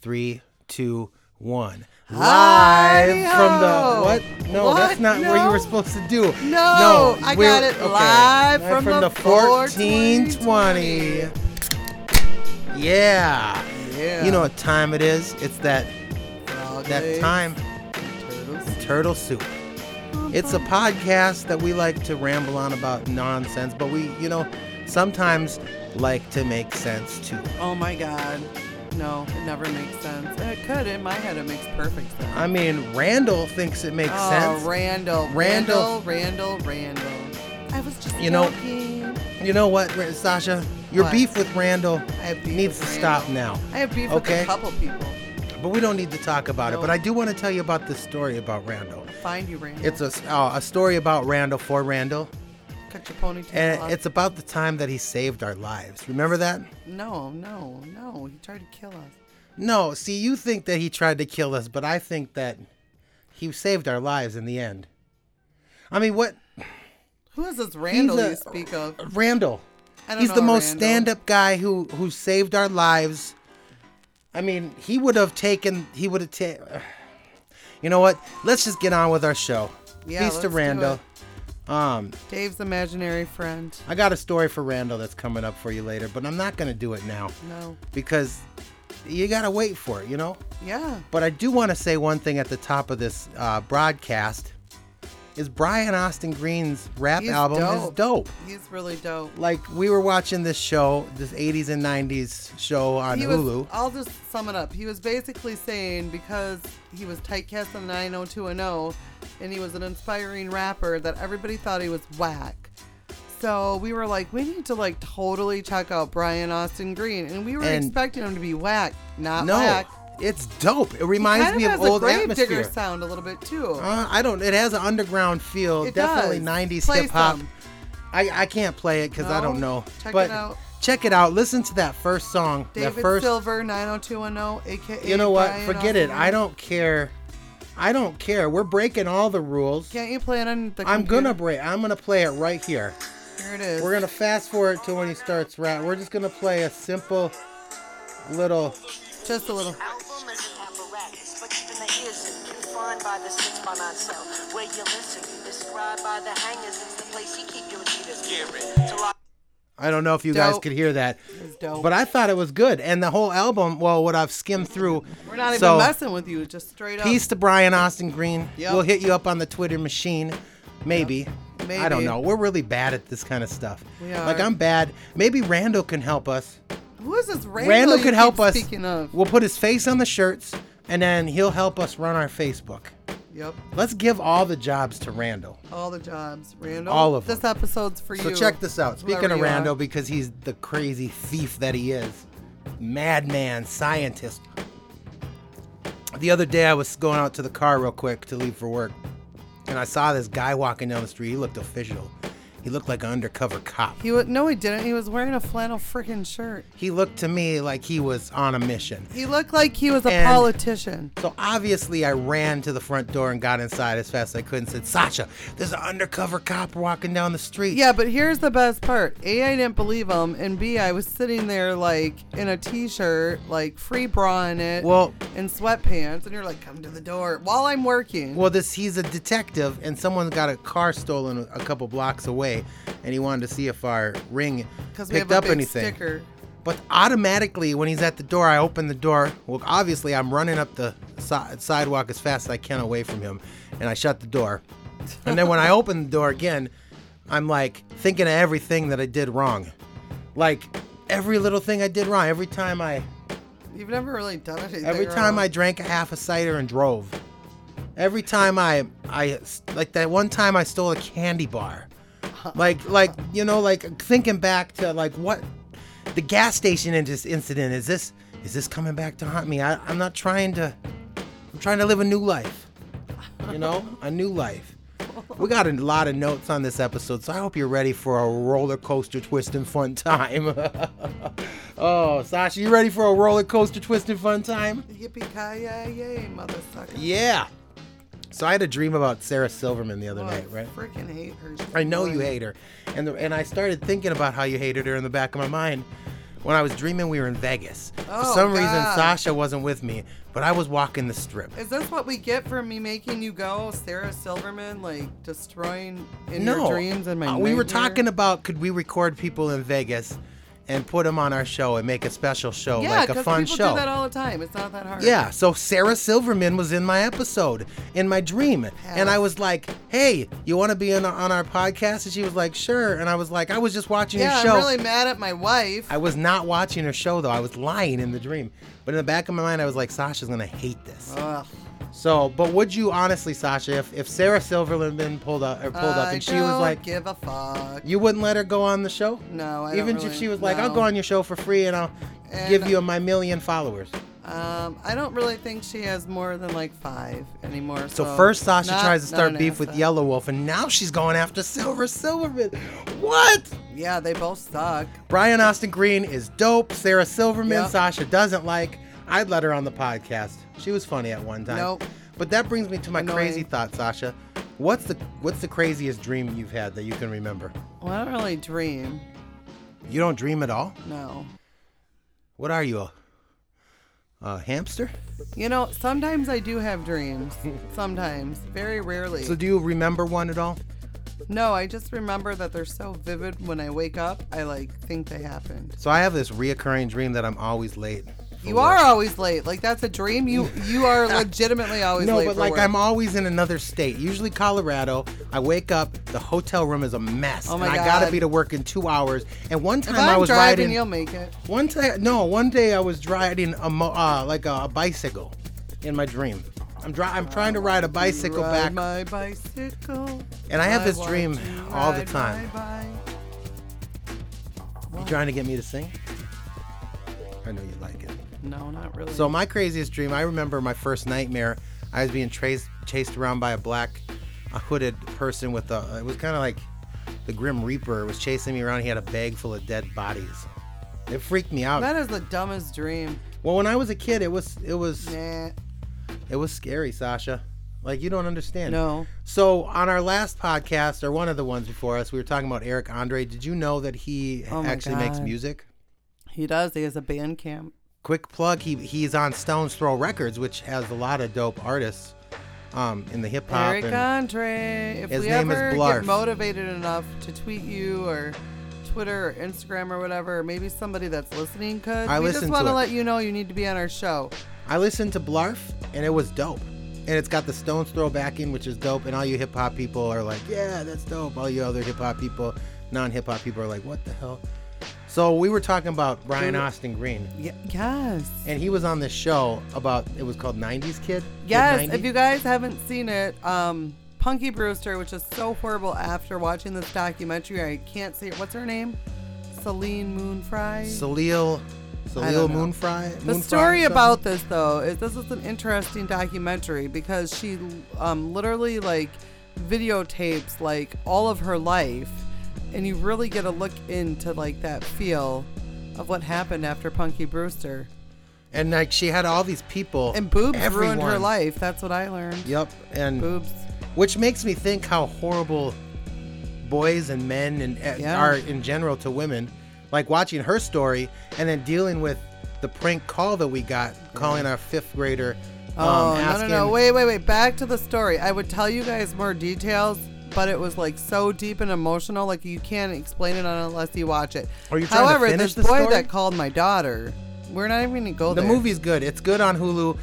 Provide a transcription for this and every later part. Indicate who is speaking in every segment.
Speaker 1: three, two, one.
Speaker 2: Hi-ho.
Speaker 1: Live from the what? No,
Speaker 2: What?
Speaker 1: that's not what you
Speaker 2: No.
Speaker 1: were supposed to do.
Speaker 2: No, I
Speaker 1: we're-
Speaker 2: got it. Live from the
Speaker 1: 1420. Yeah.
Speaker 2: Yeah.
Speaker 1: You know what time it is? It's that
Speaker 2: Frog
Speaker 1: that
Speaker 2: legs,
Speaker 1: time
Speaker 2: turtles.
Speaker 1: turtle soup. It's a podcast that we like to ramble on about nonsense, but we, you know, sometimes like to make sense too.
Speaker 2: Oh my god. No, it never makes sense. It could. In my head, it makes perfect sense.
Speaker 1: I mean, Randall thinks it makes
Speaker 2: oh,
Speaker 1: sense.
Speaker 2: Randall.
Speaker 1: Randall.
Speaker 2: Randall. Randall. Randall. I was just
Speaker 1: You know-
Speaker 2: joking.
Speaker 1: You know what, Ra- Sasha? Your
Speaker 2: What?
Speaker 1: beef with Randall
Speaker 2: I have beef
Speaker 1: needs to
Speaker 2: with
Speaker 1: stop
Speaker 2: Randall.
Speaker 1: now.
Speaker 2: I have beef
Speaker 1: Okay.
Speaker 2: with a couple people.
Speaker 1: But we don't need to talk about it.
Speaker 2: No.
Speaker 1: But I do want to tell you about this story about Randall.
Speaker 2: Find you, Randall.
Speaker 1: It's a, s- uh, a story about Randall for Randall,
Speaker 2: cut your ponytail
Speaker 1: and
Speaker 2: off.
Speaker 1: it's about the time that he saved our lives. Remember that?
Speaker 2: no, no, no. He tried to kill us.
Speaker 1: No, see, you think that he tried to kill us, but I think that he saved our lives in the end. I mean, what?
Speaker 2: Who is this Randall
Speaker 1: a-
Speaker 2: you speak of?
Speaker 1: Randall.
Speaker 2: I don't
Speaker 1: He's
Speaker 2: know
Speaker 1: the
Speaker 2: a
Speaker 1: most
Speaker 2: Randall.
Speaker 1: stand-up guy who who saved our lives. I mean, he would have taken. He would have taken. You know what? Let's just get on with our show.
Speaker 2: Yeah,
Speaker 1: Peace
Speaker 2: let's
Speaker 1: to
Speaker 2: do
Speaker 1: Randall. Um,
Speaker 2: Dave's imaginary friend.
Speaker 1: I got a story for Randall that's coming up for you later, but I'm not gonna do it now
Speaker 2: No.
Speaker 1: because you gotta wait for it. You know.
Speaker 2: Yeah.
Speaker 1: But I do want to say one thing at the top of this uh, broadcast: is Brian Austin Green's rap
Speaker 2: He's
Speaker 1: album is
Speaker 2: dope.
Speaker 1: dope.
Speaker 2: He's really dope.
Speaker 1: like we were watching this show, this 80s and 90s show on
Speaker 2: He was,
Speaker 1: Hulu.
Speaker 2: I'll just sum it up. He was basically saying because he was typecast on 90210 and he was an inspiring rapper that everybody thought he was whack. So we were like, we need to like totally check out Brian Austin Green. And we were
Speaker 1: And-
Speaker 2: expecting him to be whack, not
Speaker 1: no,
Speaker 2: whack.
Speaker 1: it's dope. It
Speaker 2: He
Speaker 1: reminds
Speaker 2: kind
Speaker 1: me
Speaker 2: of
Speaker 1: of,
Speaker 2: has
Speaker 1: old
Speaker 2: a
Speaker 1: atmosphere.
Speaker 2: Gravedigger sound a little bit too.
Speaker 1: Uh, I don't. It has an underground feel.
Speaker 2: It
Speaker 1: definitely
Speaker 2: does.
Speaker 1: 90s
Speaker 2: Play
Speaker 1: hip hop.
Speaker 2: some.
Speaker 1: I, I can't play it because I don't
Speaker 2: No,
Speaker 1: know.
Speaker 2: check
Speaker 1: but
Speaker 2: it out.
Speaker 1: check it out. Listen to that first song. that
Speaker 2: David
Speaker 1: first.
Speaker 2: Silver, 90210, aka
Speaker 1: you know what?
Speaker 2: Brian
Speaker 1: Forget it.
Speaker 2: Austin
Speaker 1: I
Speaker 2: Green.
Speaker 1: don't care. I don't care. We're breaking all the rules.
Speaker 2: Can't you play it on the
Speaker 1: I'm gonna
Speaker 2: computer?
Speaker 1: break. I'm gonna play it right here.
Speaker 2: Here it is.
Speaker 1: We're gonna fast forward to when he starts rap. We're just gonna play a simple little.
Speaker 2: Just a little.
Speaker 3: Album is an apparatus, but even the ears are confined by the six by nine cell. Where you listen, you describe by the hangers, it's the place you keep your cheaters. To lock
Speaker 1: I don't know if you guys
Speaker 2: Dope.
Speaker 1: could hear that,
Speaker 2: It's dope.
Speaker 1: but I thought it was good. And the whole album, well, what I've skimmed through.
Speaker 2: We're not even
Speaker 1: so,
Speaker 2: messing with you. Just straight up.
Speaker 1: Peace to Brian Austin Green.
Speaker 2: Yep.
Speaker 1: We'll hit you up on the Twitter machine. Maybe. I don't
Speaker 2: Maybe.
Speaker 1: know. We're really bad at this kind of stuff.
Speaker 2: We
Speaker 1: Like,
Speaker 2: are.
Speaker 1: I'm bad. Maybe Randall can help us.
Speaker 2: Who is this Randall?
Speaker 1: Randall
Speaker 2: you
Speaker 1: could
Speaker 2: keep
Speaker 1: help us.
Speaker 2: Speaking of.
Speaker 1: We'll put his face on the shirts, and then he'll help us run our Facebook.
Speaker 2: Yep.
Speaker 1: Let's give all the jobs to Randall.
Speaker 2: All the jobs, Randall.
Speaker 1: All of
Speaker 2: This
Speaker 1: them.
Speaker 2: episode's for
Speaker 1: So
Speaker 2: you.
Speaker 1: check this out. Speaking
Speaker 2: whoever
Speaker 1: of
Speaker 2: you are.
Speaker 1: Rando, because he's the crazy thief that he is, madman, scientist. The other day, I was going out to the car real quick to leave for work, and I saw this guy walking down the street. He looked official. He looked like an undercover cop.
Speaker 2: He was no, he didn't. He was wearing a flannel freaking shirt.
Speaker 1: He looked to me like he was on a mission.
Speaker 2: He looked like he was a
Speaker 1: And-
Speaker 2: politician.
Speaker 1: So obviously, I ran to the front door and got inside as fast as I could and said, Sasha, there's an undercover cop walking down the street.
Speaker 2: Yeah, but here's the best part. A, I didn't believe him, and B, I was sitting there like in a t-shirt, like free bra in it,
Speaker 1: Well-
Speaker 2: and sweatpants, and you're like, "Come to the door" while I'm working.
Speaker 1: Well, this he's a detective, and someone got a car stolen a couple blocks away, and he wanted to see if our ring
Speaker 2: Because
Speaker 1: picked
Speaker 2: we have a
Speaker 1: up
Speaker 2: big
Speaker 1: anything.
Speaker 2: sticker.
Speaker 1: But automatically, when he's at the door, I open the door. Well, obviously, I'm running up the si- sidewalk as fast as I can away from him, and I shut the door. And then when I open the door again, I'm like thinking of everything that I did wrong, like every little thing I did wrong. Every time I
Speaker 2: You've never really done anything.
Speaker 1: Every time
Speaker 2: wrong.
Speaker 1: I drank a half a cider and drove. Every time I I like that one time I stole a candy bar. Like like you know like thinking back to like what the gas station in this incident is this is this coming back to haunt me? I, I'm not trying to I'm trying to live a new life. You know, a new life. We got a lot of notes on this episode, so I hope you're ready for a roller coaster twisting fun time. oh, Sasha, you ready for a roller coaster twisting fun time?
Speaker 2: Yippee ki yay, motherfucker.
Speaker 1: Yeah. So I had a dream about Sarah Silverman the other
Speaker 2: Oh,
Speaker 1: night,
Speaker 2: I
Speaker 1: right?
Speaker 2: freaking hate her.
Speaker 1: I know you hate her, and the, and I started thinking about how you hated her in the back of my mind, when I was dreaming we were in Vegas.
Speaker 2: Oh,
Speaker 1: For some reason,
Speaker 2: God.
Speaker 1: Sasha wasn't with me, but I was walking the strip.
Speaker 2: Is this what we get for me making you go, Sarah Silverman, like destroying in
Speaker 1: no,
Speaker 2: your dreams and my?
Speaker 1: uh, we were
Speaker 2: nightmare?
Speaker 1: talking about could we record people in Vegas and put them on our show and make a special show,
Speaker 2: yeah,
Speaker 1: like
Speaker 2: 'cause
Speaker 1: a fun
Speaker 2: people
Speaker 1: show.
Speaker 2: do that all the time. It's not that hard.
Speaker 1: Yeah, so Sarah Silverman was in my episode, in my dream. And I was like, hey, you want to be in, on our podcast? And she was like, sure. And I was like, I was just watching your
Speaker 2: yeah.
Speaker 1: show.
Speaker 2: I'm really mad at my wife.
Speaker 1: I was not watching her show, though. I was lying in the dream. But in the back of my mind, I was like, Sasha's going to hate this.
Speaker 2: Ugh.
Speaker 1: so, but would you honestly, Sasha, if, if Sarah Silverman pulled up, or pulled up
Speaker 2: Uh, I
Speaker 1: and she was
Speaker 2: don't
Speaker 1: like,
Speaker 2: "Give a fuck."
Speaker 1: you wouldn't let her go on the show?
Speaker 2: No, I don't
Speaker 1: Even if
Speaker 2: really-
Speaker 1: she was like, I'll
Speaker 2: no.
Speaker 1: go on your show for free and I'll
Speaker 2: And-
Speaker 1: give you my million followers.
Speaker 2: Um, I don't really think she has more than like five anymore.
Speaker 1: So
Speaker 2: So,
Speaker 1: first Sasha
Speaker 2: Oh, not-
Speaker 1: tries to
Speaker 2: not
Speaker 1: start
Speaker 2: an
Speaker 1: beef with
Speaker 2: asset.
Speaker 1: Yellow Wolf, and now she's going after Silver Silverman. What?
Speaker 2: Yeah, they both suck.
Speaker 1: Brian Austin Green is dope. Sarah Silverman,
Speaker 2: Yep.
Speaker 1: Sasha doesn't like. I'd let her on the podcast. She was funny at one time.
Speaker 2: Nope.
Speaker 1: But that brings me to my
Speaker 2: Annoying.
Speaker 1: crazy thought, Sasha. What's the what's the craziest dream you've had that you can remember?
Speaker 2: Well, I don't really dream.
Speaker 1: You don't dream at all?
Speaker 2: No.
Speaker 1: What are you? A, a hamster?
Speaker 2: You know, sometimes I do have dreams. Sometimes, very rarely.
Speaker 1: So do you remember one at all?
Speaker 2: No, I just remember that they're so vivid when I wake up. I like think they happened.
Speaker 1: So I have this reoccurring dream that I'm always late. for
Speaker 2: You
Speaker 1: work.
Speaker 2: are always late. Like that's a dream. You you are legitimately always
Speaker 1: No,
Speaker 2: late.
Speaker 1: but
Speaker 2: for
Speaker 1: like
Speaker 2: work.
Speaker 1: I'm always in another state. Usually Colorado. I wake up, the hotel room is a mess,
Speaker 2: Oh
Speaker 1: and
Speaker 2: my
Speaker 1: I gotta
Speaker 2: God.
Speaker 1: be to work in two hours. And one time
Speaker 2: If
Speaker 1: I
Speaker 2: I'm
Speaker 1: was
Speaker 2: driving,
Speaker 1: riding.
Speaker 2: you'll make it.
Speaker 1: One time, no, one day I was riding a mo- uh, like a, a bicycle in my dream. I'm dri- I'm trying to ride a bicycle back.
Speaker 2: Ride my bicycle.
Speaker 1: And I have this
Speaker 2: want
Speaker 1: dream
Speaker 2: to
Speaker 1: all the
Speaker 2: ride
Speaker 1: time.
Speaker 2: my bike.
Speaker 1: you trying to get me to sing? I know you like it.
Speaker 2: No, not really.
Speaker 1: So my craziest dream, I remember my first nightmare. I was being traced, chased around by a black, a hooded person with a. It was kind of like the Grim Reaper was chasing me around. He had a bag full of dead bodies. It freaked me out.
Speaker 2: that is the dumbest dream.
Speaker 1: well, when I was a kid, it was it was
Speaker 2: Nah.
Speaker 1: it was scary, Sasha. Like you don't understand.
Speaker 2: No.
Speaker 1: So on our last podcast, or one of the ones before us, we were talking about Eric Andre. Did you know that he
Speaker 2: Oh my
Speaker 1: actually makes
Speaker 2: God.
Speaker 1: music?
Speaker 2: He does. He has a band camp.
Speaker 1: quick plug he he's on stone's throw records which has a lot of dope artists um in the hip-hop
Speaker 2: Eric
Speaker 1: and-
Speaker 2: Andre. If
Speaker 1: His
Speaker 2: we
Speaker 1: name is
Speaker 2: ever
Speaker 1: Blarf.
Speaker 2: get motivated enough to tweet you or Twitter or Instagram or whatever, or maybe somebody that's listening could.
Speaker 1: I
Speaker 2: we
Speaker 1: listened
Speaker 2: just
Speaker 1: to
Speaker 2: want
Speaker 1: it.
Speaker 2: to let you know you need to be on our show.
Speaker 1: i listened to blarf and it was dope and it's got the stone's throw backing which is dope and all you hip-hop people are like yeah that's dope all you other hip-hop people non-hip-hop people are like what the hell so we were talking about brian austin green
Speaker 2: Y- yes.
Speaker 1: and he was on this show about it was called 90s kid Kid
Speaker 2: Yes.
Speaker 1: 90?
Speaker 2: If you guys haven't seen it, um, Punky Brewster, which is so horrible after watching this documentary, I can't see it. What's her name? Celine Moon Fry.
Speaker 1: salil
Speaker 2: I
Speaker 1: salil
Speaker 2: don't know.
Speaker 1: moonfry
Speaker 2: The
Speaker 1: Moonfry or
Speaker 2: story
Speaker 1: something?
Speaker 2: about this though is this is an interesting documentary because she um, literally like videotapes like all of her life, and you really get a look into like that feel of what happened after Punky Brewster.
Speaker 1: and like she had all these people
Speaker 2: And boobs ruined her
Speaker 1: everyone.
Speaker 2: life. That's what I learned.
Speaker 1: yep and
Speaker 2: Boobs.
Speaker 1: which makes me think how horrible boys and men and uh,
Speaker 2: Yeah.
Speaker 1: are in general to women. Like watching her story and then dealing with the prank call that we got, calling our fifth grader. Um,
Speaker 2: Oh no no
Speaker 1: asking,
Speaker 2: no! Wait wait wait! Back to the story. I would tell you guys more details. But it was like so deep and emotional, like you can't explain it unless you watch it.
Speaker 1: Are you trying to
Speaker 2: However,
Speaker 1: finish
Speaker 2: this
Speaker 1: the
Speaker 2: boy
Speaker 1: story?
Speaker 2: that called my daughter, we're not even gonna go
Speaker 1: The
Speaker 2: there.
Speaker 1: movie's good. It's good on Hulu.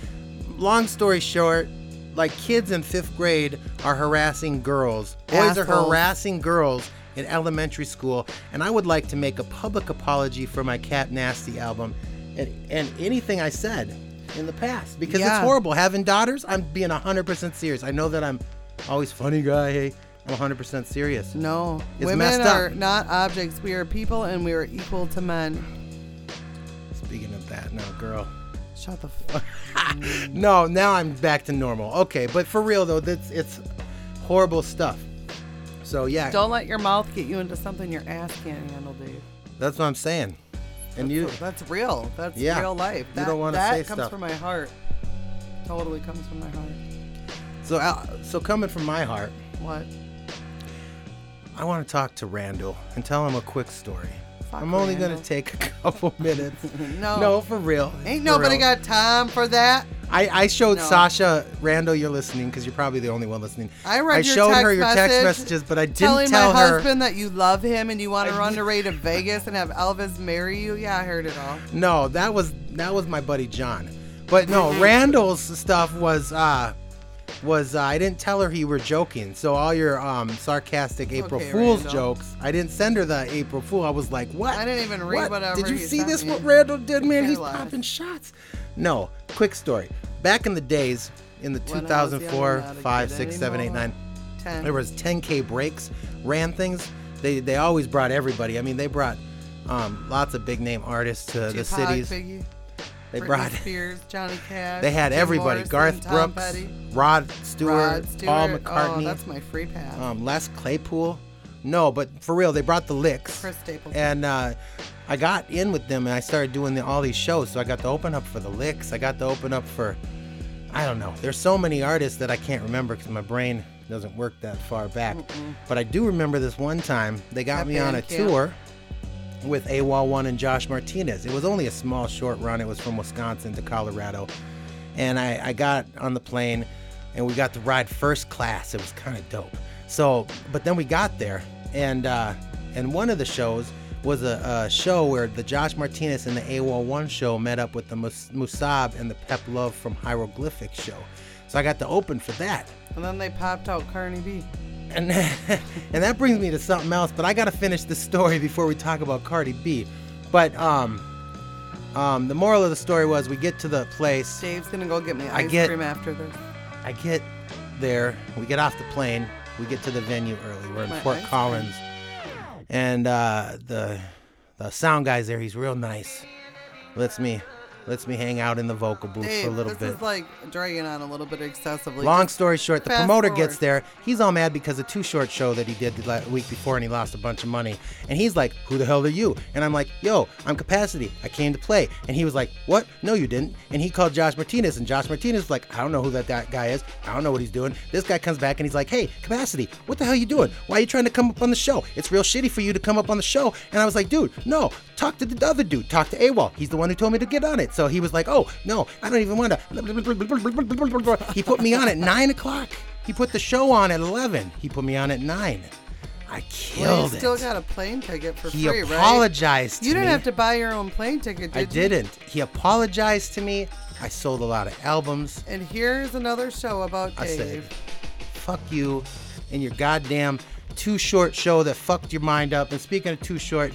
Speaker 1: Long story short, like kids in fifth grade are harassing girls. Boys are
Speaker 2: Assholes.
Speaker 1: harassing girls in elementary school. And I would like to make a public apology for my Cat Nasty album and, and anything I said in the past because
Speaker 2: Yeah.
Speaker 1: it's horrible. Having daughters, I'm being 100% serious. I know that I'm always funny guy. Hey, I'm 100% serious.
Speaker 2: No,
Speaker 1: It's
Speaker 2: women
Speaker 1: messed up.
Speaker 2: are not objects. We are people, and we are equal to men.
Speaker 1: Speaking of that, now, girl.
Speaker 2: Shut the fuck.
Speaker 1: No, now I'm back to normal. Okay, but for real though, that's it's horrible stuff. So yeah,
Speaker 2: Don't let your mouth get you into something your ass can't handle, dude.
Speaker 1: that's what I'm saying. And you,
Speaker 2: That's real. That's
Speaker 1: Yeah.
Speaker 2: real life.
Speaker 1: You
Speaker 2: That,
Speaker 1: don't wanna
Speaker 2: that
Speaker 1: say
Speaker 2: comes
Speaker 1: stuff.
Speaker 2: from my heart. Totally comes from my heart.
Speaker 1: so uh, so coming from my heart,
Speaker 2: What?
Speaker 1: I want to talk to Randall and tell him a quick story.
Speaker 2: Fuck
Speaker 1: I'm only
Speaker 2: Randall.
Speaker 1: gonna take a couple minutes.
Speaker 2: No.
Speaker 1: no, for real.
Speaker 2: Ain't
Speaker 1: for
Speaker 2: nobody
Speaker 1: real.
Speaker 2: got time for that.
Speaker 1: I, I showed
Speaker 2: No.
Speaker 1: Sasha Randall. You're listening because you're probably the only one listening.
Speaker 2: I read your
Speaker 1: showed
Speaker 2: text
Speaker 1: her your text
Speaker 2: message
Speaker 1: messages, but I didn't
Speaker 2: Telling
Speaker 1: tell
Speaker 2: my
Speaker 1: her.
Speaker 2: husband that you love him and you want to run to Ray to Vegas and have Elvis marry you. Yeah, I heard it all.
Speaker 1: No, that was that was my buddy John. But no, Randall's stuff was uh was uh, I didn't tell her you were joking. So all your um sarcastic April
Speaker 2: Okay,
Speaker 1: Fools
Speaker 2: Randall.
Speaker 1: jokes, I didn't send her the April Fool. I was like, what?
Speaker 2: I didn't even read
Speaker 1: what?
Speaker 2: whatever
Speaker 1: Did you
Speaker 2: he
Speaker 1: see
Speaker 2: sent
Speaker 1: this?
Speaker 2: me.
Speaker 1: What Randall did, man?
Speaker 2: You're
Speaker 1: He's
Speaker 2: alive.
Speaker 1: popping shots. No, quick story. Back in the days, in the
Speaker 2: When I was
Speaker 1: 2004,
Speaker 2: young, not a
Speaker 1: 5,
Speaker 2: kid
Speaker 1: 6, 7, 8,
Speaker 2: anymore.
Speaker 1: 9
Speaker 2: Ten.
Speaker 1: there was 10k breaks ran things they they always brought everybody i mean they brought um, lots of big name artists to the
Speaker 2: Tupac,
Speaker 1: cities
Speaker 2: Biggie,
Speaker 1: they
Speaker 2: Britney
Speaker 1: brought
Speaker 2: Spears, Johnny Cash.
Speaker 1: they had
Speaker 2: Jim
Speaker 1: everybody
Speaker 2: Morrison,
Speaker 1: garth
Speaker 2: Tom
Speaker 1: brooks
Speaker 2: Petty,
Speaker 1: rod stewart,
Speaker 2: Rod Stewart.
Speaker 1: paul
Speaker 2: Oh,
Speaker 1: mccartney
Speaker 2: that's my free pass.
Speaker 1: um, les claypool no but for real they brought the licks
Speaker 2: Chris Stapleton.
Speaker 1: and uh, I got in with them and I started doing the, all these shows. So I got to open up for the Licks. I got to open up for, I don't know. There's so many artists that I can't remember because my brain doesn't work that far back. But I do remember this one time they got
Speaker 2: At
Speaker 1: me on a
Speaker 2: Bandcamp.
Speaker 1: tour with AWOL One and Josh Martinez. It was only a small short run. It was from Wisconsin to Colorado, and I, I got on the plane, and we got to ride first class. It was kind of dope. So, but then we got there, and uh, and one of the shows was a, a show where the Josh Martinez and the AWOL One show met up with the Mus- Musab and the Pep Love from Hieroglyphic show. So I got to open for that.
Speaker 2: and then they popped out Carney B.
Speaker 1: And, and that brings me to something else, but I gotta finish this story before we talk about Cardi B. But um, um, the moral of the story was we get to the place,
Speaker 2: Dave's gonna go get me
Speaker 1: I
Speaker 2: ice
Speaker 1: get-
Speaker 2: cream after this.
Speaker 1: I get there, we get off the plane, we get to the venue early. We're in
Speaker 2: My
Speaker 1: Fort
Speaker 2: ice cream.
Speaker 1: Collins, and uh, the the sound guy's there. He's real nice. Lets me lets me hang out in the vocal booth
Speaker 2: Dave,
Speaker 1: for a little
Speaker 2: this
Speaker 1: bit.
Speaker 2: is like dragging on a little bit excessively.
Speaker 1: Long story short, the
Speaker 2: fast
Speaker 1: promoter
Speaker 2: forward.
Speaker 1: gets there. He's all mad because the too short show that he did the la- week before and he lost a bunch of money. And he's like, Who the hell are you? And I'm like, Yo, I'm Capacity. I came to play. And he was like, What? No, you didn't. And he called Josh Martinez. And Josh Martinez was like, I don't know who that, that guy is. I don't know what he's doing. This guy comes back and he's like, Hey, Capacity, what the hell are you doing? Why are you trying to come up on the show? It's real shitty for you to come up on the show. And I was like, Dude, no, talk to the other dude. Talk to AWOL. He's the one who told me to get on it. So he was like, Oh, no, I don't even want to. He put me on at 9 o'clock. He put the show on at 11. He put me on at 9. I
Speaker 2: Well,
Speaker 1: killed
Speaker 2: you still
Speaker 1: it.
Speaker 2: got a plane ticket for
Speaker 1: he
Speaker 2: free, right?
Speaker 1: apologized to
Speaker 2: You didn't
Speaker 1: me.
Speaker 2: have to buy your own plane ticket, did
Speaker 1: I
Speaker 2: you?
Speaker 1: didn't. He apologized to me. I sold a lot of albums.
Speaker 2: And here's another show about
Speaker 1: I said,
Speaker 2: Dave.
Speaker 1: fuck you and your goddamn too short show that fucked your mind up. And speaking of too short,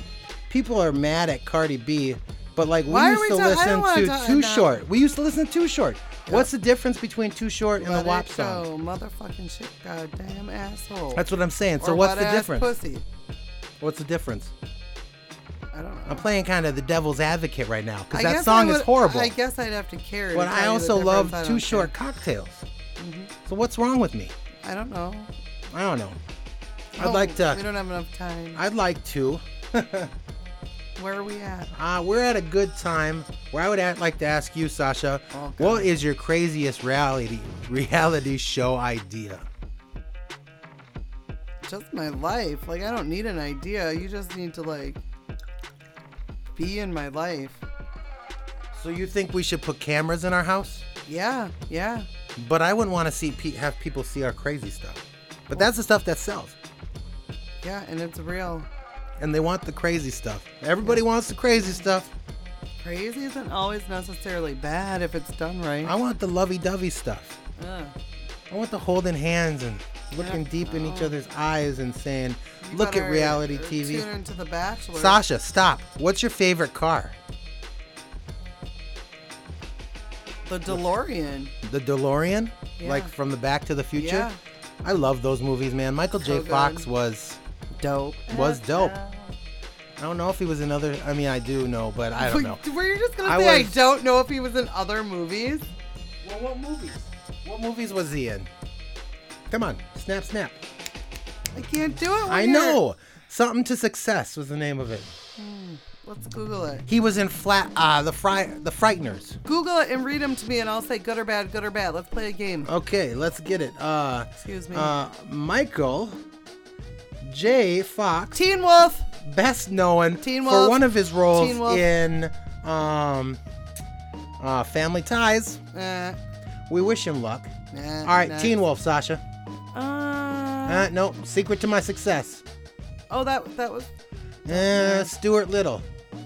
Speaker 1: people are mad at Cardi B, but like we
Speaker 2: Why are
Speaker 1: used
Speaker 2: we
Speaker 1: to
Speaker 2: ta- I don't
Speaker 1: listen
Speaker 2: wanna
Speaker 1: to
Speaker 2: ta-
Speaker 1: Too
Speaker 2: no.
Speaker 1: Short. We used to listen to Too Short. What's the difference between Too Short and
Speaker 2: Let
Speaker 1: the WAP
Speaker 2: it
Speaker 1: song?
Speaker 2: go, Motherfucking shit, goddamn asshole.
Speaker 1: That's what I'm saying. So
Speaker 2: Or
Speaker 1: what's the
Speaker 2: wet-ass
Speaker 1: difference?
Speaker 2: Pussy.
Speaker 1: What's the difference?
Speaker 2: I don't know.
Speaker 1: I'm playing kind of the devil's advocate right now because
Speaker 2: I
Speaker 1: that
Speaker 2: guess
Speaker 1: song
Speaker 2: I
Speaker 1: is
Speaker 2: would-
Speaker 1: horrible.
Speaker 2: I guess I'd have to care.
Speaker 1: but
Speaker 2: to
Speaker 1: I
Speaker 2: tell you the
Speaker 1: also love
Speaker 2: difference. I
Speaker 1: Too
Speaker 2: don't
Speaker 1: Short
Speaker 2: care.
Speaker 1: cocktails.
Speaker 2: Mm-hmm.
Speaker 1: So what's wrong with me?
Speaker 2: I don't know.
Speaker 1: I don't know.
Speaker 2: Oh,
Speaker 1: I'd like to.
Speaker 2: We don't have enough time.
Speaker 1: I'd like to.
Speaker 2: Where are we at?
Speaker 1: Uh, we're at a good time where I would a- like to ask you, Sasha,
Speaker 2: Oh, God.
Speaker 1: what is your craziest reality reality show idea?
Speaker 2: Just my life. Like I don't need an idea. You just need to like be in my life.
Speaker 1: So you think we should put cameras in our house?
Speaker 2: Yeah, yeah.
Speaker 1: But I wouldn't want to see pe- have people see our crazy stuff. But that's the stuff that sells,
Speaker 2: Yeah, and it's real.
Speaker 1: and they want the crazy stuff. Everybody wants the crazy stuff.
Speaker 2: Crazy isn't always necessarily bad if it's done right.
Speaker 1: I want the lovey-dovey stuff.
Speaker 2: Ugh.
Speaker 1: I want the holding hands and looking
Speaker 2: Yeah.
Speaker 1: deep in each other's eyes and saying,
Speaker 2: You
Speaker 1: "Look at
Speaker 2: better,
Speaker 1: reality
Speaker 2: uh,
Speaker 1: TV."
Speaker 2: Tune into The Bachelor.
Speaker 1: Sasha, stop. What's your favorite car?
Speaker 2: The DeLorean.
Speaker 1: The DeLorean,
Speaker 2: Yeah.
Speaker 1: like from the Back to the Future.
Speaker 2: Yeah.
Speaker 1: I love those movies, man. Michael J.
Speaker 2: So good.
Speaker 1: Fox was.
Speaker 2: Dope.
Speaker 1: Was dope. I don't know if he was in other. I mean, I do know, but I don't know.
Speaker 2: Were you just gonna
Speaker 1: I
Speaker 2: say I
Speaker 1: was-
Speaker 2: don't know if he was in other movies?
Speaker 1: Well, what movies? What movies was he in? Come on, snap, snap.
Speaker 2: I can't do it. when
Speaker 1: I
Speaker 2: you're-
Speaker 1: know. Something to Success was the name of it.
Speaker 2: Let's Google it.
Speaker 1: He was in Flat, uh, the Fry, the Frighteners.
Speaker 2: Google it and read them to me, and I'll say good or bad, good or bad. Let's play a game.
Speaker 1: Okay, let's get it. Uh,
Speaker 2: Excuse me.
Speaker 1: uh, Michael J. Fox.
Speaker 2: Teen Wolf.
Speaker 1: best known
Speaker 2: Teen
Speaker 1: for
Speaker 2: Wolf.
Speaker 1: one of his roles
Speaker 2: Teen Wolf.
Speaker 1: in um, uh, Family Ties.
Speaker 2: Uh,
Speaker 1: We wish him luck.
Speaker 2: nah,
Speaker 1: All right,
Speaker 2: nah.
Speaker 1: Teen Wolf, Sasha.
Speaker 2: Uh,
Speaker 1: Uh, no, Secret to My Success.
Speaker 2: oh, that that was
Speaker 1: Uh, Stuart Little,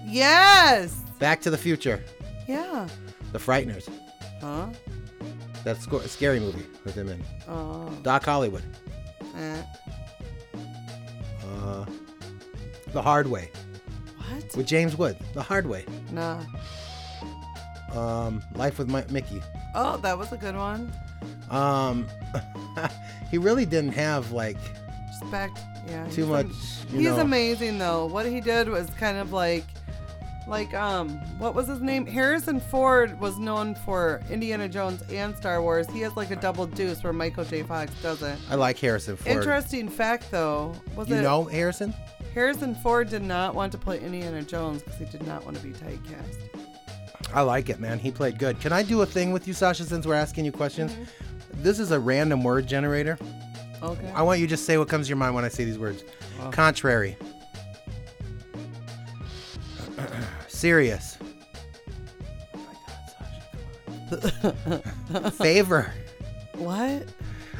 Speaker 2: yes,
Speaker 1: Back to the Future,
Speaker 2: yeah,
Speaker 1: The Frighteners.
Speaker 2: huh?
Speaker 1: That sco- scary movie with him in.
Speaker 2: Oh,
Speaker 1: Doc Hollywood.
Speaker 2: eh.
Speaker 1: Uh, the Hard Way
Speaker 2: what?
Speaker 1: with James Wood. The Hard Way.
Speaker 2: Nah.
Speaker 1: Um, Life with Mi- Mickey.
Speaker 2: Oh, that was a good one.
Speaker 1: Um, he really didn't have like
Speaker 2: Just back, yeah.
Speaker 1: too
Speaker 2: he's
Speaker 1: much.
Speaker 2: am-
Speaker 1: You
Speaker 2: he's
Speaker 1: know,
Speaker 2: amazing though. What he did was kind of like, like um, what was his name? Harrison Ford was known for Indiana Jones and Star Wars. He has like a double deuce where Michael J. Fox doesn't.
Speaker 1: I like Harrison Ford.
Speaker 2: Interesting fact though, was
Speaker 1: You
Speaker 2: it
Speaker 1: know Harrison?
Speaker 2: Harrison Ford did not want to play Indiana Jones because he did not want to be typecast.
Speaker 1: I like it, man. He played good. Can I do a thing with you, Sasha? Since we're asking you questions,
Speaker 2: Mm-hmm.
Speaker 1: this is a random word generator.
Speaker 2: Okay.
Speaker 1: I want you to just say what comes to your mind when I say these words.
Speaker 2: Oh.
Speaker 1: Contrary. Serious. Oh my God, Sasha, come on. favor.
Speaker 2: What?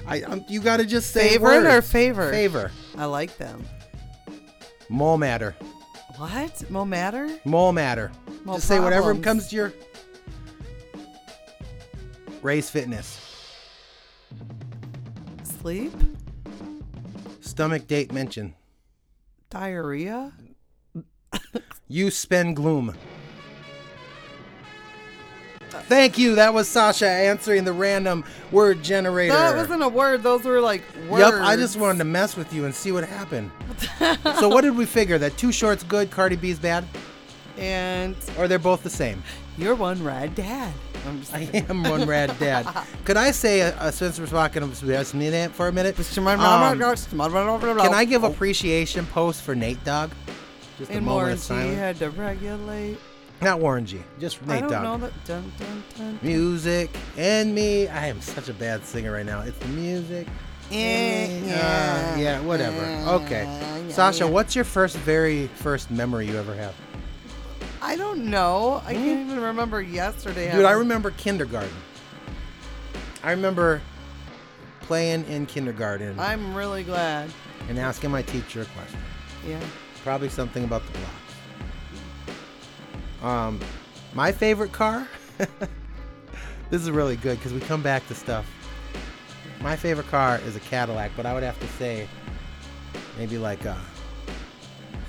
Speaker 1: I, i you gotta just say
Speaker 2: Favorite or
Speaker 1: words.
Speaker 2: favor?
Speaker 1: Favor.
Speaker 2: I like them.
Speaker 1: Mole matter.
Speaker 2: What? Mo matter?
Speaker 1: Mole matter.
Speaker 2: Mole
Speaker 1: just say whatever
Speaker 2: problems.
Speaker 1: comes to your. Raise fitness.
Speaker 2: Sleep?
Speaker 1: Stomach date mention.
Speaker 2: Diarrhea?
Speaker 1: You spend gloom. Thank you. That was Sasha answering the random word generator.
Speaker 2: That wasn't a word. Those were like words.
Speaker 1: Yep, I just wanted to mess with you and see what happened. so what did we figure? That two shorts good, Cardi B's bad,
Speaker 2: And
Speaker 1: or they're both the same?
Speaker 2: you're one rad dad. I'm just
Speaker 1: I am one rad dad. Could I say a, a Spencer Spocken for a minute? Um, Can I give appreciation post for Nate Dog? Just a
Speaker 2: And
Speaker 1: moment
Speaker 2: Warren
Speaker 1: of
Speaker 2: G
Speaker 1: silence.
Speaker 2: had to regulate.
Speaker 1: Not Warren G. Just
Speaker 2: I
Speaker 1: Nate
Speaker 2: don't
Speaker 1: Dogg.
Speaker 2: know that. Dun, dun, dun.
Speaker 1: Music and me. I am such a bad singer right now. It's the music.
Speaker 2: Eh,
Speaker 1: Uh,
Speaker 2: yeah.
Speaker 1: yeah, whatever. Okay.
Speaker 2: Yeah,
Speaker 1: Sasha,
Speaker 2: yeah.
Speaker 1: what's your first, very first memory you ever have?
Speaker 2: I don't know. I can't even remember yesterday.
Speaker 1: Hmm? Dude, I
Speaker 2: remember.
Speaker 1: remember kindergarten. I remember playing in kindergarten
Speaker 2: I'm really glad.
Speaker 1: and asking my teacher a question.
Speaker 2: Yeah.
Speaker 1: Probably something about the block. Um, my favorite car. this is really good because we come back to stuff. My favorite car is a Cadillac, but I would have to say maybe like a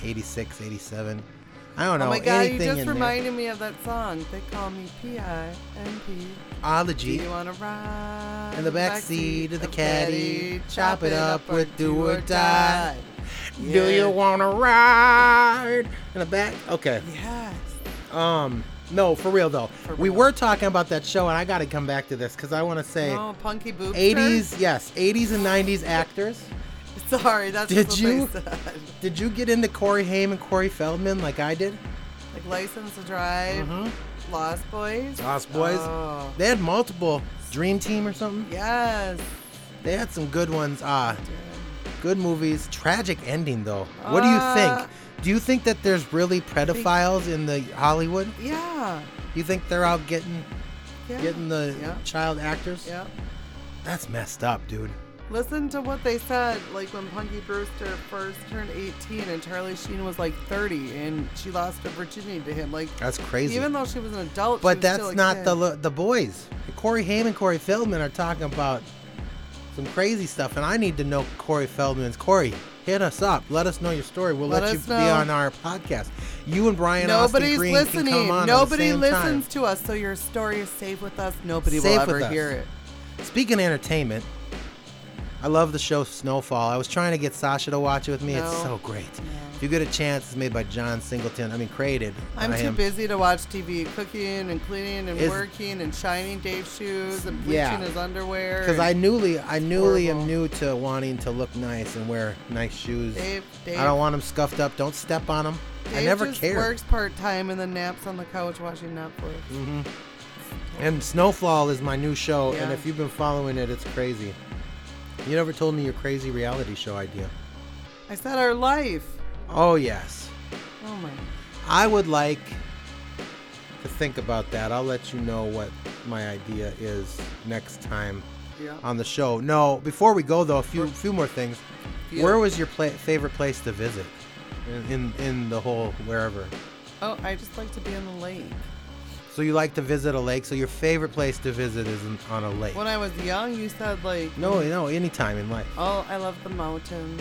Speaker 1: 86, 87. I don't know.
Speaker 2: oh my god, you
Speaker 1: anything
Speaker 2: just
Speaker 1: in
Speaker 2: reminded me of that song. They call me P-I-M-P.
Speaker 1: there.
Speaker 2: Do
Speaker 1: Ology.
Speaker 2: you wanna ride?
Speaker 1: In the back seat of the caddy, chop it up with do or die. Do
Speaker 2: Yeah.
Speaker 1: you want to ride? In the back? Okay.
Speaker 2: Yes.
Speaker 1: Um, no, for real though. We were talking about that show, and I got to come back to this because I want to say
Speaker 2: Oh, Punky Boopster.
Speaker 1: 80s, yes, 80s and 90s actors.
Speaker 2: Sorry, that's
Speaker 1: Did
Speaker 2: just
Speaker 1: you-
Speaker 2: what they said.
Speaker 1: Did you get into Corey Haim and Corey Feldman like I did?
Speaker 2: Like License to Drive, Lost Boys.
Speaker 1: Mm-hmm. Lost Boys.
Speaker 2: Oh,
Speaker 1: They had multiple Dream Team or something.
Speaker 2: yes.
Speaker 1: They had some good ones. Ah, good movies. Tragic ending though. What do you
Speaker 2: Uh,
Speaker 1: think? Do you think that there's really pedophiles in the Hollywood?
Speaker 2: Yeah.
Speaker 1: You think they're out getting
Speaker 2: Yeah.
Speaker 1: getting the
Speaker 2: Yeah.
Speaker 1: child actors?
Speaker 2: yeah.
Speaker 1: That's messed up, dude.
Speaker 2: Listen to what they said, like when Punky Brewster first turned 18 and Charlie Sheen was like 30 and she lost her virginity to him. Like,
Speaker 1: That's crazy.
Speaker 2: even though she was an adult, she
Speaker 1: But
Speaker 2: was
Speaker 1: that's
Speaker 2: still a
Speaker 1: not
Speaker 2: kid.
Speaker 1: the lo- the boys. Corey Haim and Corey Feldman are talking about some crazy stuff, and I need to know Corey Feldman's. Corey, hit us up. Let us know your story. We'll let,
Speaker 2: Let
Speaker 1: you
Speaker 2: us
Speaker 1: be
Speaker 2: know.
Speaker 1: on our podcast. You and Brian Austin
Speaker 2: Nobody's
Speaker 1: Green can
Speaker 2: listening.
Speaker 1: come on
Speaker 2: Nobody
Speaker 1: at the same
Speaker 2: listens to us, so your story is safe with us. Nobody
Speaker 1: Safe
Speaker 2: will
Speaker 1: with
Speaker 2: ever
Speaker 1: us.
Speaker 2: hear it.
Speaker 1: Time. Speaking of entertainment, I love the show Snowfall. I was trying to get Sasha to watch it with me. It's
Speaker 2: No.
Speaker 1: so great. If you get a chance, it's made by John Singleton. I mean, created.
Speaker 2: I'm
Speaker 1: by
Speaker 2: too
Speaker 1: him.
Speaker 2: busy to watch TV, cooking and cleaning and
Speaker 1: Is-
Speaker 2: working and shining Dave's shoes and bleaching
Speaker 1: Yeah.
Speaker 2: his underwear.
Speaker 1: Because I
Speaker 2: and
Speaker 1: newly, I newly am
Speaker 2: horrible.
Speaker 1: new to wanting to look nice and wear nice shoes.
Speaker 2: Dave, Dave,
Speaker 1: I don't want them scuffed up. Don't step on them. I
Speaker 2: Dave
Speaker 1: never
Speaker 2: just
Speaker 1: cared.
Speaker 2: Works part time and then naps on the couch watching Netflix.
Speaker 1: Mm. And Snowfall is my new show, and
Speaker 2: Yeah.
Speaker 1: if you've been following it, it's crazy. You never told me your crazy reality show idea.
Speaker 2: I said our life.
Speaker 1: Oh, yes.
Speaker 2: Oh my.
Speaker 1: I would like to think about that. I'll let you know what my idea is next time
Speaker 2: Yeah.
Speaker 1: on the show. No, before we go though, a few few more things.
Speaker 2: Yeah.
Speaker 1: Where was your pla- favorite place to visit in, in in the whole wherever?
Speaker 2: Oh, I just like to be on the lake.
Speaker 1: So you like to visit a lake. So your favorite place to visit is in, on a lake.
Speaker 2: When I was young, you said like,
Speaker 1: no, no, any time in life.
Speaker 2: oh, I love the mountains.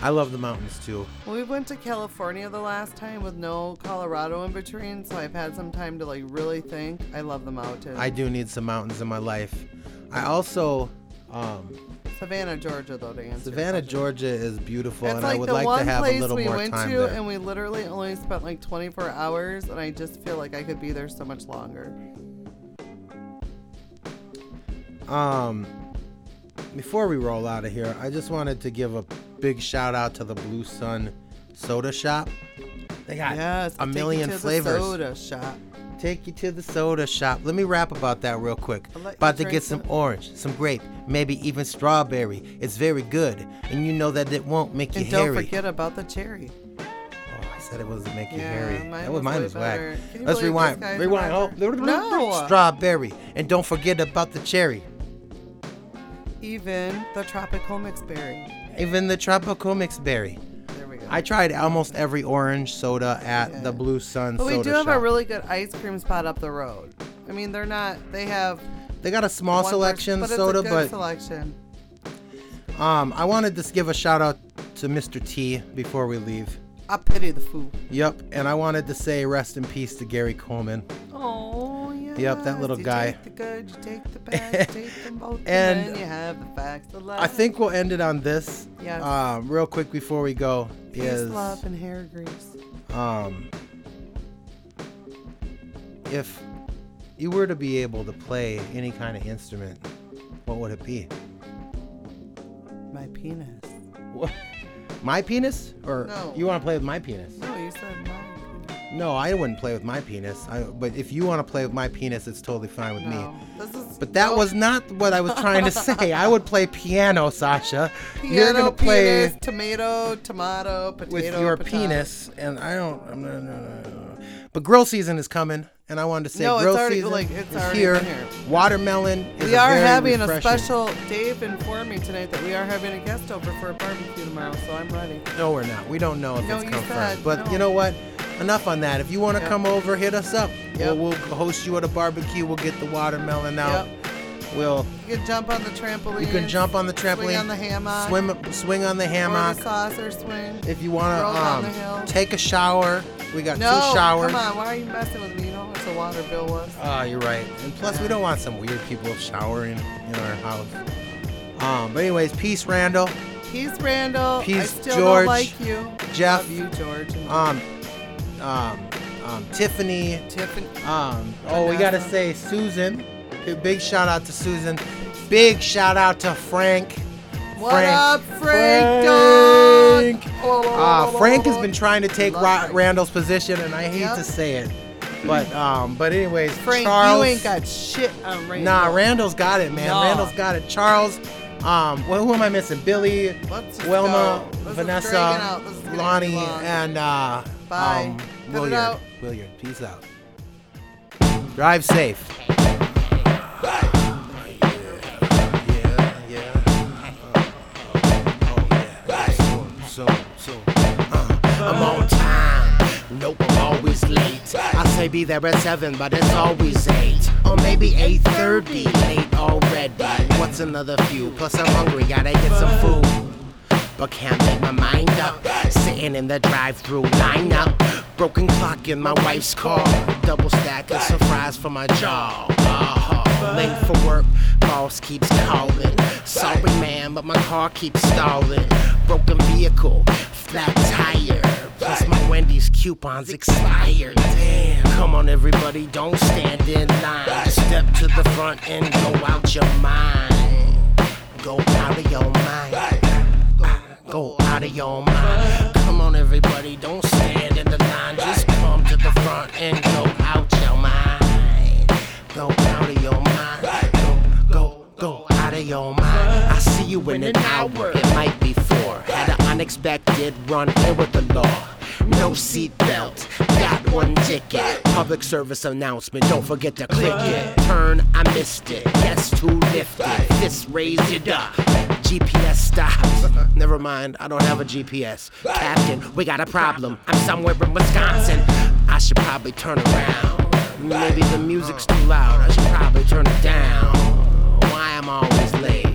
Speaker 1: I love the mountains too.
Speaker 2: Well, we went to California the last time with no Colorado in between, so I've had some time to like really think. I love the mountains.
Speaker 1: I do need some mountains in my life. I also um,
Speaker 2: Savannah, Georgia, though, to answer. your
Speaker 1: Savannah,
Speaker 2: question.
Speaker 1: Georgia is beautiful,
Speaker 2: It's
Speaker 1: and
Speaker 2: like
Speaker 1: I would
Speaker 2: the
Speaker 1: like
Speaker 2: one
Speaker 1: to have
Speaker 2: place
Speaker 1: a little
Speaker 2: we
Speaker 1: more
Speaker 2: went
Speaker 1: time
Speaker 2: to,
Speaker 1: there.
Speaker 2: and we literally only spent like 24 hours, and I just feel like I could be there so much longer.
Speaker 1: Um, before we roll out of here, I just wanted to give a big shout out to the Blue Sun Soda Shop. They got
Speaker 2: Yes,
Speaker 1: a
Speaker 2: take you
Speaker 1: million
Speaker 2: to the
Speaker 1: flavors.
Speaker 2: soda shop.
Speaker 1: Take you to the soda shop. Let me rap about that real quick.
Speaker 2: I'll let you
Speaker 1: About to
Speaker 2: drink
Speaker 1: get some
Speaker 2: some.
Speaker 1: orange, some grape, maybe even strawberry. It's very good, and you know that it won't make you
Speaker 2: And don't
Speaker 1: hairy.
Speaker 2: forget about the cherry.
Speaker 1: Oh, I said it was to make you
Speaker 2: Yeah,
Speaker 1: hairy.
Speaker 2: mine
Speaker 1: that
Speaker 2: was
Speaker 1: was mine
Speaker 2: way
Speaker 1: was whack.
Speaker 2: better. Can you
Speaker 1: Let's
Speaker 2: believe
Speaker 1: rewind.
Speaker 2: this guy's
Speaker 1: Rewind.
Speaker 2: a
Speaker 1: Oh,
Speaker 2: rapper? No.
Speaker 1: strawberry, and don't forget about the cherry.
Speaker 2: Even the tropical mixed berry.
Speaker 1: Even the tropical mixed berry.
Speaker 2: There we go.
Speaker 1: I tried almost every orange soda at
Speaker 2: Yeah.
Speaker 1: the Blue Sun
Speaker 2: but
Speaker 1: soda
Speaker 2: we do have a
Speaker 1: shop.
Speaker 2: really good ice cream spot up the road. I mean, they're not. They have
Speaker 1: they got a small
Speaker 2: one
Speaker 1: selection
Speaker 2: person, but
Speaker 1: soda,
Speaker 2: it's a
Speaker 1: but
Speaker 2: good selection.
Speaker 1: um, I wanted to give a shout out to Mr. T before we leave.
Speaker 2: I pity the food.
Speaker 1: Yep, and I wanted to say rest in peace to Gary Coleman.
Speaker 2: Oh yeah.
Speaker 1: Yep, that little
Speaker 2: you
Speaker 1: guy.
Speaker 2: Take the good, you take the bad, you take them both, and,
Speaker 1: And
Speaker 2: then you have the facts. The
Speaker 1: I think we'll end it on this.
Speaker 2: Yes.
Speaker 1: Um, real quick before we go
Speaker 2: peace,
Speaker 1: is
Speaker 2: love, and hair grease.
Speaker 1: um, if you were to be able to play any kind of instrument, what would it be?
Speaker 2: My penis.
Speaker 1: What? My penis? Or
Speaker 2: No.
Speaker 1: you want to play with my penis?
Speaker 2: No, you said my. penis.
Speaker 1: No, I wouldn't play with my penis. I, but if you want to play with my penis, it's totally fine with
Speaker 2: No,
Speaker 1: me.
Speaker 2: this is.
Speaker 1: But that
Speaker 2: no
Speaker 1: was not what I was trying to say. I would play piano, Sasha. You're
Speaker 2: piano,
Speaker 1: gonna play
Speaker 2: penis, tomato, tomato, potato.
Speaker 1: with your
Speaker 2: potato.
Speaker 1: penis, and I don't. I'm not, no, no, no, no. But grill season is coming, and I wanted to say
Speaker 2: No, it's
Speaker 1: grill
Speaker 2: already-
Speaker 1: season
Speaker 2: like, it's
Speaker 1: is
Speaker 2: already
Speaker 1: here.
Speaker 2: been here.
Speaker 1: Watermelon. Is
Speaker 2: We are
Speaker 1: very
Speaker 2: having a
Speaker 1: refreshing-
Speaker 2: special. Dave informed me tonight that we are having a guest over for a barbecue tomorrow, so I'm ready.
Speaker 1: No, we're not. We don't know if
Speaker 2: No,
Speaker 1: it's
Speaker 2: you
Speaker 1: come
Speaker 2: said
Speaker 1: first. But
Speaker 2: no.
Speaker 1: you know what? Enough on that. If you want to
Speaker 2: Yep.
Speaker 1: come over, hit us up.
Speaker 2: Yep.
Speaker 1: We'll, we'll host you at a barbecue. We'll get the watermelon out. We'll
Speaker 2: You can jump on the trampoline.
Speaker 1: you can jump on the trampoline,
Speaker 2: swing on the hammock,
Speaker 1: swim, swing on the
Speaker 2: or
Speaker 1: hammock.
Speaker 2: the saucer swing.
Speaker 1: if you want
Speaker 2: roll down the
Speaker 1: to
Speaker 2: hill.
Speaker 1: um, take a shower, we got
Speaker 2: no,
Speaker 1: two showers.
Speaker 2: come on, why are you messing with me? You know how much the water bill was.
Speaker 1: Ah, you're right. And plus, we
Speaker 2: Yeah.
Speaker 1: don't want some weird people showering in our house. Um, but anyways, peace, Randall.
Speaker 2: Peace, Randall. I
Speaker 1: Peace,
Speaker 2: still
Speaker 1: George,
Speaker 2: don't like you.
Speaker 1: Jeff.
Speaker 2: Love you, George. And
Speaker 1: Um, um, um, Tiffany.
Speaker 2: Tiffany.
Speaker 1: Um, oh, we gotta
Speaker 2: Vanessa.
Speaker 1: say Susan. A Big shout out to Susan. Big shout out to Frank.
Speaker 2: What
Speaker 1: Frank.
Speaker 2: up, Frank?
Speaker 1: Frank.
Speaker 2: Dog? Oh,
Speaker 1: Uh, Frank has been trying to take
Speaker 2: Love
Speaker 1: Ra-
Speaker 2: Frank.
Speaker 1: Randall's position, and I hate
Speaker 2: Yep.
Speaker 1: to say it, but um, but anyways,
Speaker 2: Frank,
Speaker 1: Charles.
Speaker 2: you ain't got shit on Randall.
Speaker 1: Nah, Randall's got it, man.
Speaker 2: Nah.
Speaker 1: Randall's got it. Charles, um, well, who am I missing? Billy,
Speaker 2: Let's just
Speaker 1: Wilma,
Speaker 2: go. This is dragging
Speaker 1: Vanessa,
Speaker 2: out. This is gonna be
Speaker 1: Lonnie,
Speaker 2: long.
Speaker 1: and uh,
Speaker 2: Bye.
Speaker 1: Um,
Speaker 2: Cut it
Speaker 1: Williard.
Speaker 2: out.
Speaker 1: Williard, peace out. Drive safe. Yeah, yeah. So, so, so. Uh, I'm on time. Nope, I'm always late. I say be there at seven, but it's always eight, or maybe eight thirty. Late already. What's another few? Plus I'm hungry, gotta get some food. But can't make my mind up. Sitting in the drive-through lineup. Broken clock in my wife's car. Double stack of surprise for my jaw. Uh-huh. Late for work, boss keeps calling. Sorry, man, but my car keeps stalling. Broken vehicle, flat tire. Plus my Wendy's coupons expired. Damn. Come on, everybody, don't stand in line. Step to the front and go out your mind. Go out of your mind. Go- Go out of your mind. Come on, everybody, don't stand in the line. Just come to the front and go out your mind. Go out of your mind. Go, go, go out of your mind. I see you in an hour. It might be four. Had an
Speaker 4: unexpected run in with the law. No seatbelt, got one ticket. Public service announcement, don't forget to click it. Turn, I missed it. Guess who lifted? Fist raised it up. GPS stops. Never mind, I don't have a GPS. Captain, we got a problem. I'm somewhere in Wisconsin. I should probably turn around. Maybe the music's too loud. I should probably turn it down. Why am I always late?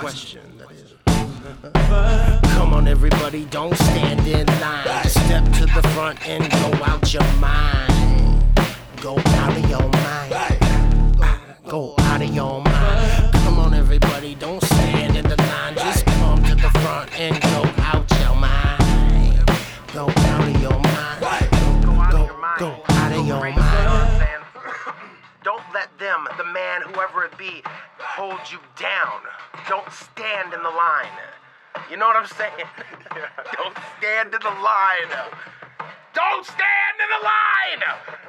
Speaker 4: Question. that is. Come on, everybody, don't stand in line. Just Step to the front and go out your mind. Go out of your mind. Go out of your mind. Come on, everybody, don't stand in the line. Just come to the front and go out your mind. Go out of your mind. Go, go, go out of your mind. Don't let them, the man, whoever it be, hold you down. Don't stand in the line. You know what I'm saying? Don't stand in the line. Don't stand in the line!